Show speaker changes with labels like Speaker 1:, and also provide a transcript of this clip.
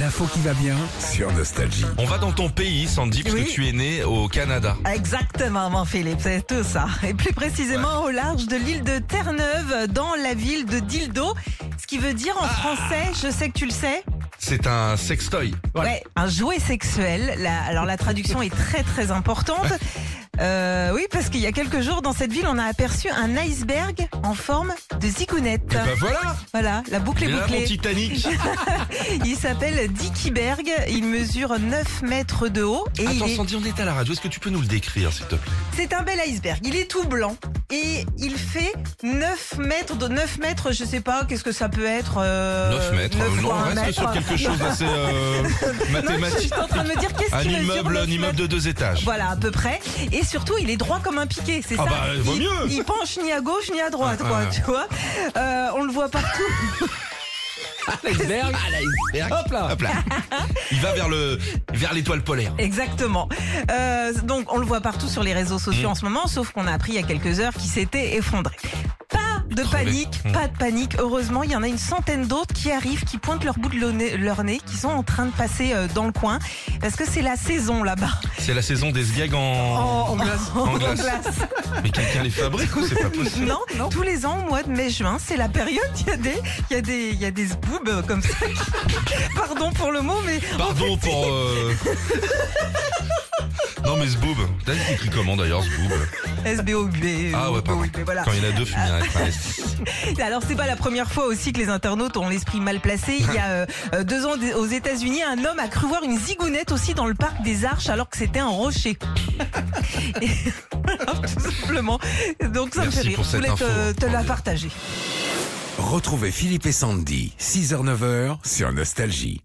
Speaker 1: L'info qui va bien sur Nostalgie.
Speaker 2: On va dans ton pays, Sandy, parce
Speaker 3: Oui.
Speaker 2: que tu es né au Canada.
Speaker 3: Exactement, mon Philippe, c'est tout ça. Et plus précisément au large de l'île de Terre-Neuve, dans la ville de Dildo. Ce qui veut dire en français, je sais que tu le sais,
Speaker 2: C'est un sextoy.
Speaker 3: ouais, un jouet sexuel. La- alors la traduction est très très importante. Euh, oui, parce qu'il y a quelques jours dans cette ville, on a aperçu un iceberg en forme de zigounette.
Speaker 2: Bah voilà
Speaker 3: Voilà, la boucle est
Speaker 2: Et là, mon
Speaker 3: bouclée.
Speaker 2: Titanic
Speaker 3: Il s'appelle Dicky Berg, il mesure 9 mètres de haut et il
Speaker 2: Attends,
Speaker 3: est
Speaker 2: Sandy, on est à la radio. Est-ce que tu peux nous le décrire, s'il te plaît
Speaker 3: C'est un bel iceberg. Il est tout blanc et il fait 9 mètres de 9 mètres, je sais pas, qu'est-ce que ça peut être euh,
Speaker 2: 9 mètres.
Speaker 3: neuf
Speaker 2: non,
Speaker 3: fois
Speaker 2: on
Speaker 3: un
Speaker 2: reste
Speaker 3: mètre.
Speaker 2: sur quelque chose d'assez euh,
Speaker 3: Non, je suis
Speaker 2: mathématique.
Speaker 3: en train de me dire qu'est-ce
Speaker 2: Un
Speaker 3: qu'il mesure,
Speaker 2: immeuble, un
Speaker 3: neuf
Speaker 2: immeuble de deux étages.
Speaker 3: voilà, à peu près. Et surtout, il est droit comme un piqué, c'est
Speaker 2: Ah
Speaker 3: ça
Speaker 2: bah, vaut
Speaker 3: il,
Speaker 2: mieux.
Speaker 3: il penche ni à gauche ni à droite,
Speaker 2: Ah,
Speaker 3: quoi,
Speaker 2: ah,
Speaker 3: tu vois. Euh, on le voit partout.
Speaker 1: L'iceberg Hop là
Speaker 2: Hop là. Il va vers le vers l'étoile polaire.
Speaker 3: Exactement. Euh, donc, on le voit partout sur les réseaux
Speaker 2: Mm.
Speaker 3: sociaux en ce moment, sauf qu'on a appris il y a quelques heures qu'il s'était effondré. Pas de
Speaker 2: Crevé.
Speaker 3: panique,
Speaker 2: Mm.
Speaker 3: pas de panique. Heureusement, il y en a une centaine d'autres qui arrivent, qui pointent leur bout de leur nez, leur nez, qui sont en train de passer euh, dans le coin, parce que c'est la saison là-bas.
Speaker 2: C'est la saison des sgags en...
Speaker 3: En glace.
Speaker 2: en glace. Mais quelqu'un les fabrique ou c'est pas possible
Speaker 3: Non, tous les ans, au mois de mai-juin, c'est la période, il y a des, il y a des, il y a des zboobs, euh, comme ça. Pardon pour le mot, mais
Speaker 2: Pardon pour. euh, Non mais Zboob, t'as écrit comment d'ailleurs Zboob
Speaker 3: SBOB.
Speaker 2: Ah ouais pardon.
Speaker 3: oui, mais voilà.
Speaker 2: Quand il y en a deux, fumer un avec un S.
Speaker 3: Alors c'est pas la première fois aussi que les internautes ont l'esprit mal placé. Il y a euh, euh, deux ans des- aux États-Unis, un homme a cru voir une zigounette aussi dans le parc des Arches alors que c'était un rocher. Et- alors, tout simplement. Donc ça
Speaker 2: Merci
Speaker 3: me fait rire.
Speaker 2: pour
Speaker 3: Je
Speaker 2: cette
Speaker 3: voulais te,
Speaker 2: info,
Speaker 3: te la
Speaker 2: Sandy.
Speaker 3: partager.
Speaker 1: Retrouvez Philippe et Sandy, 6h-9h sur Nostalgie.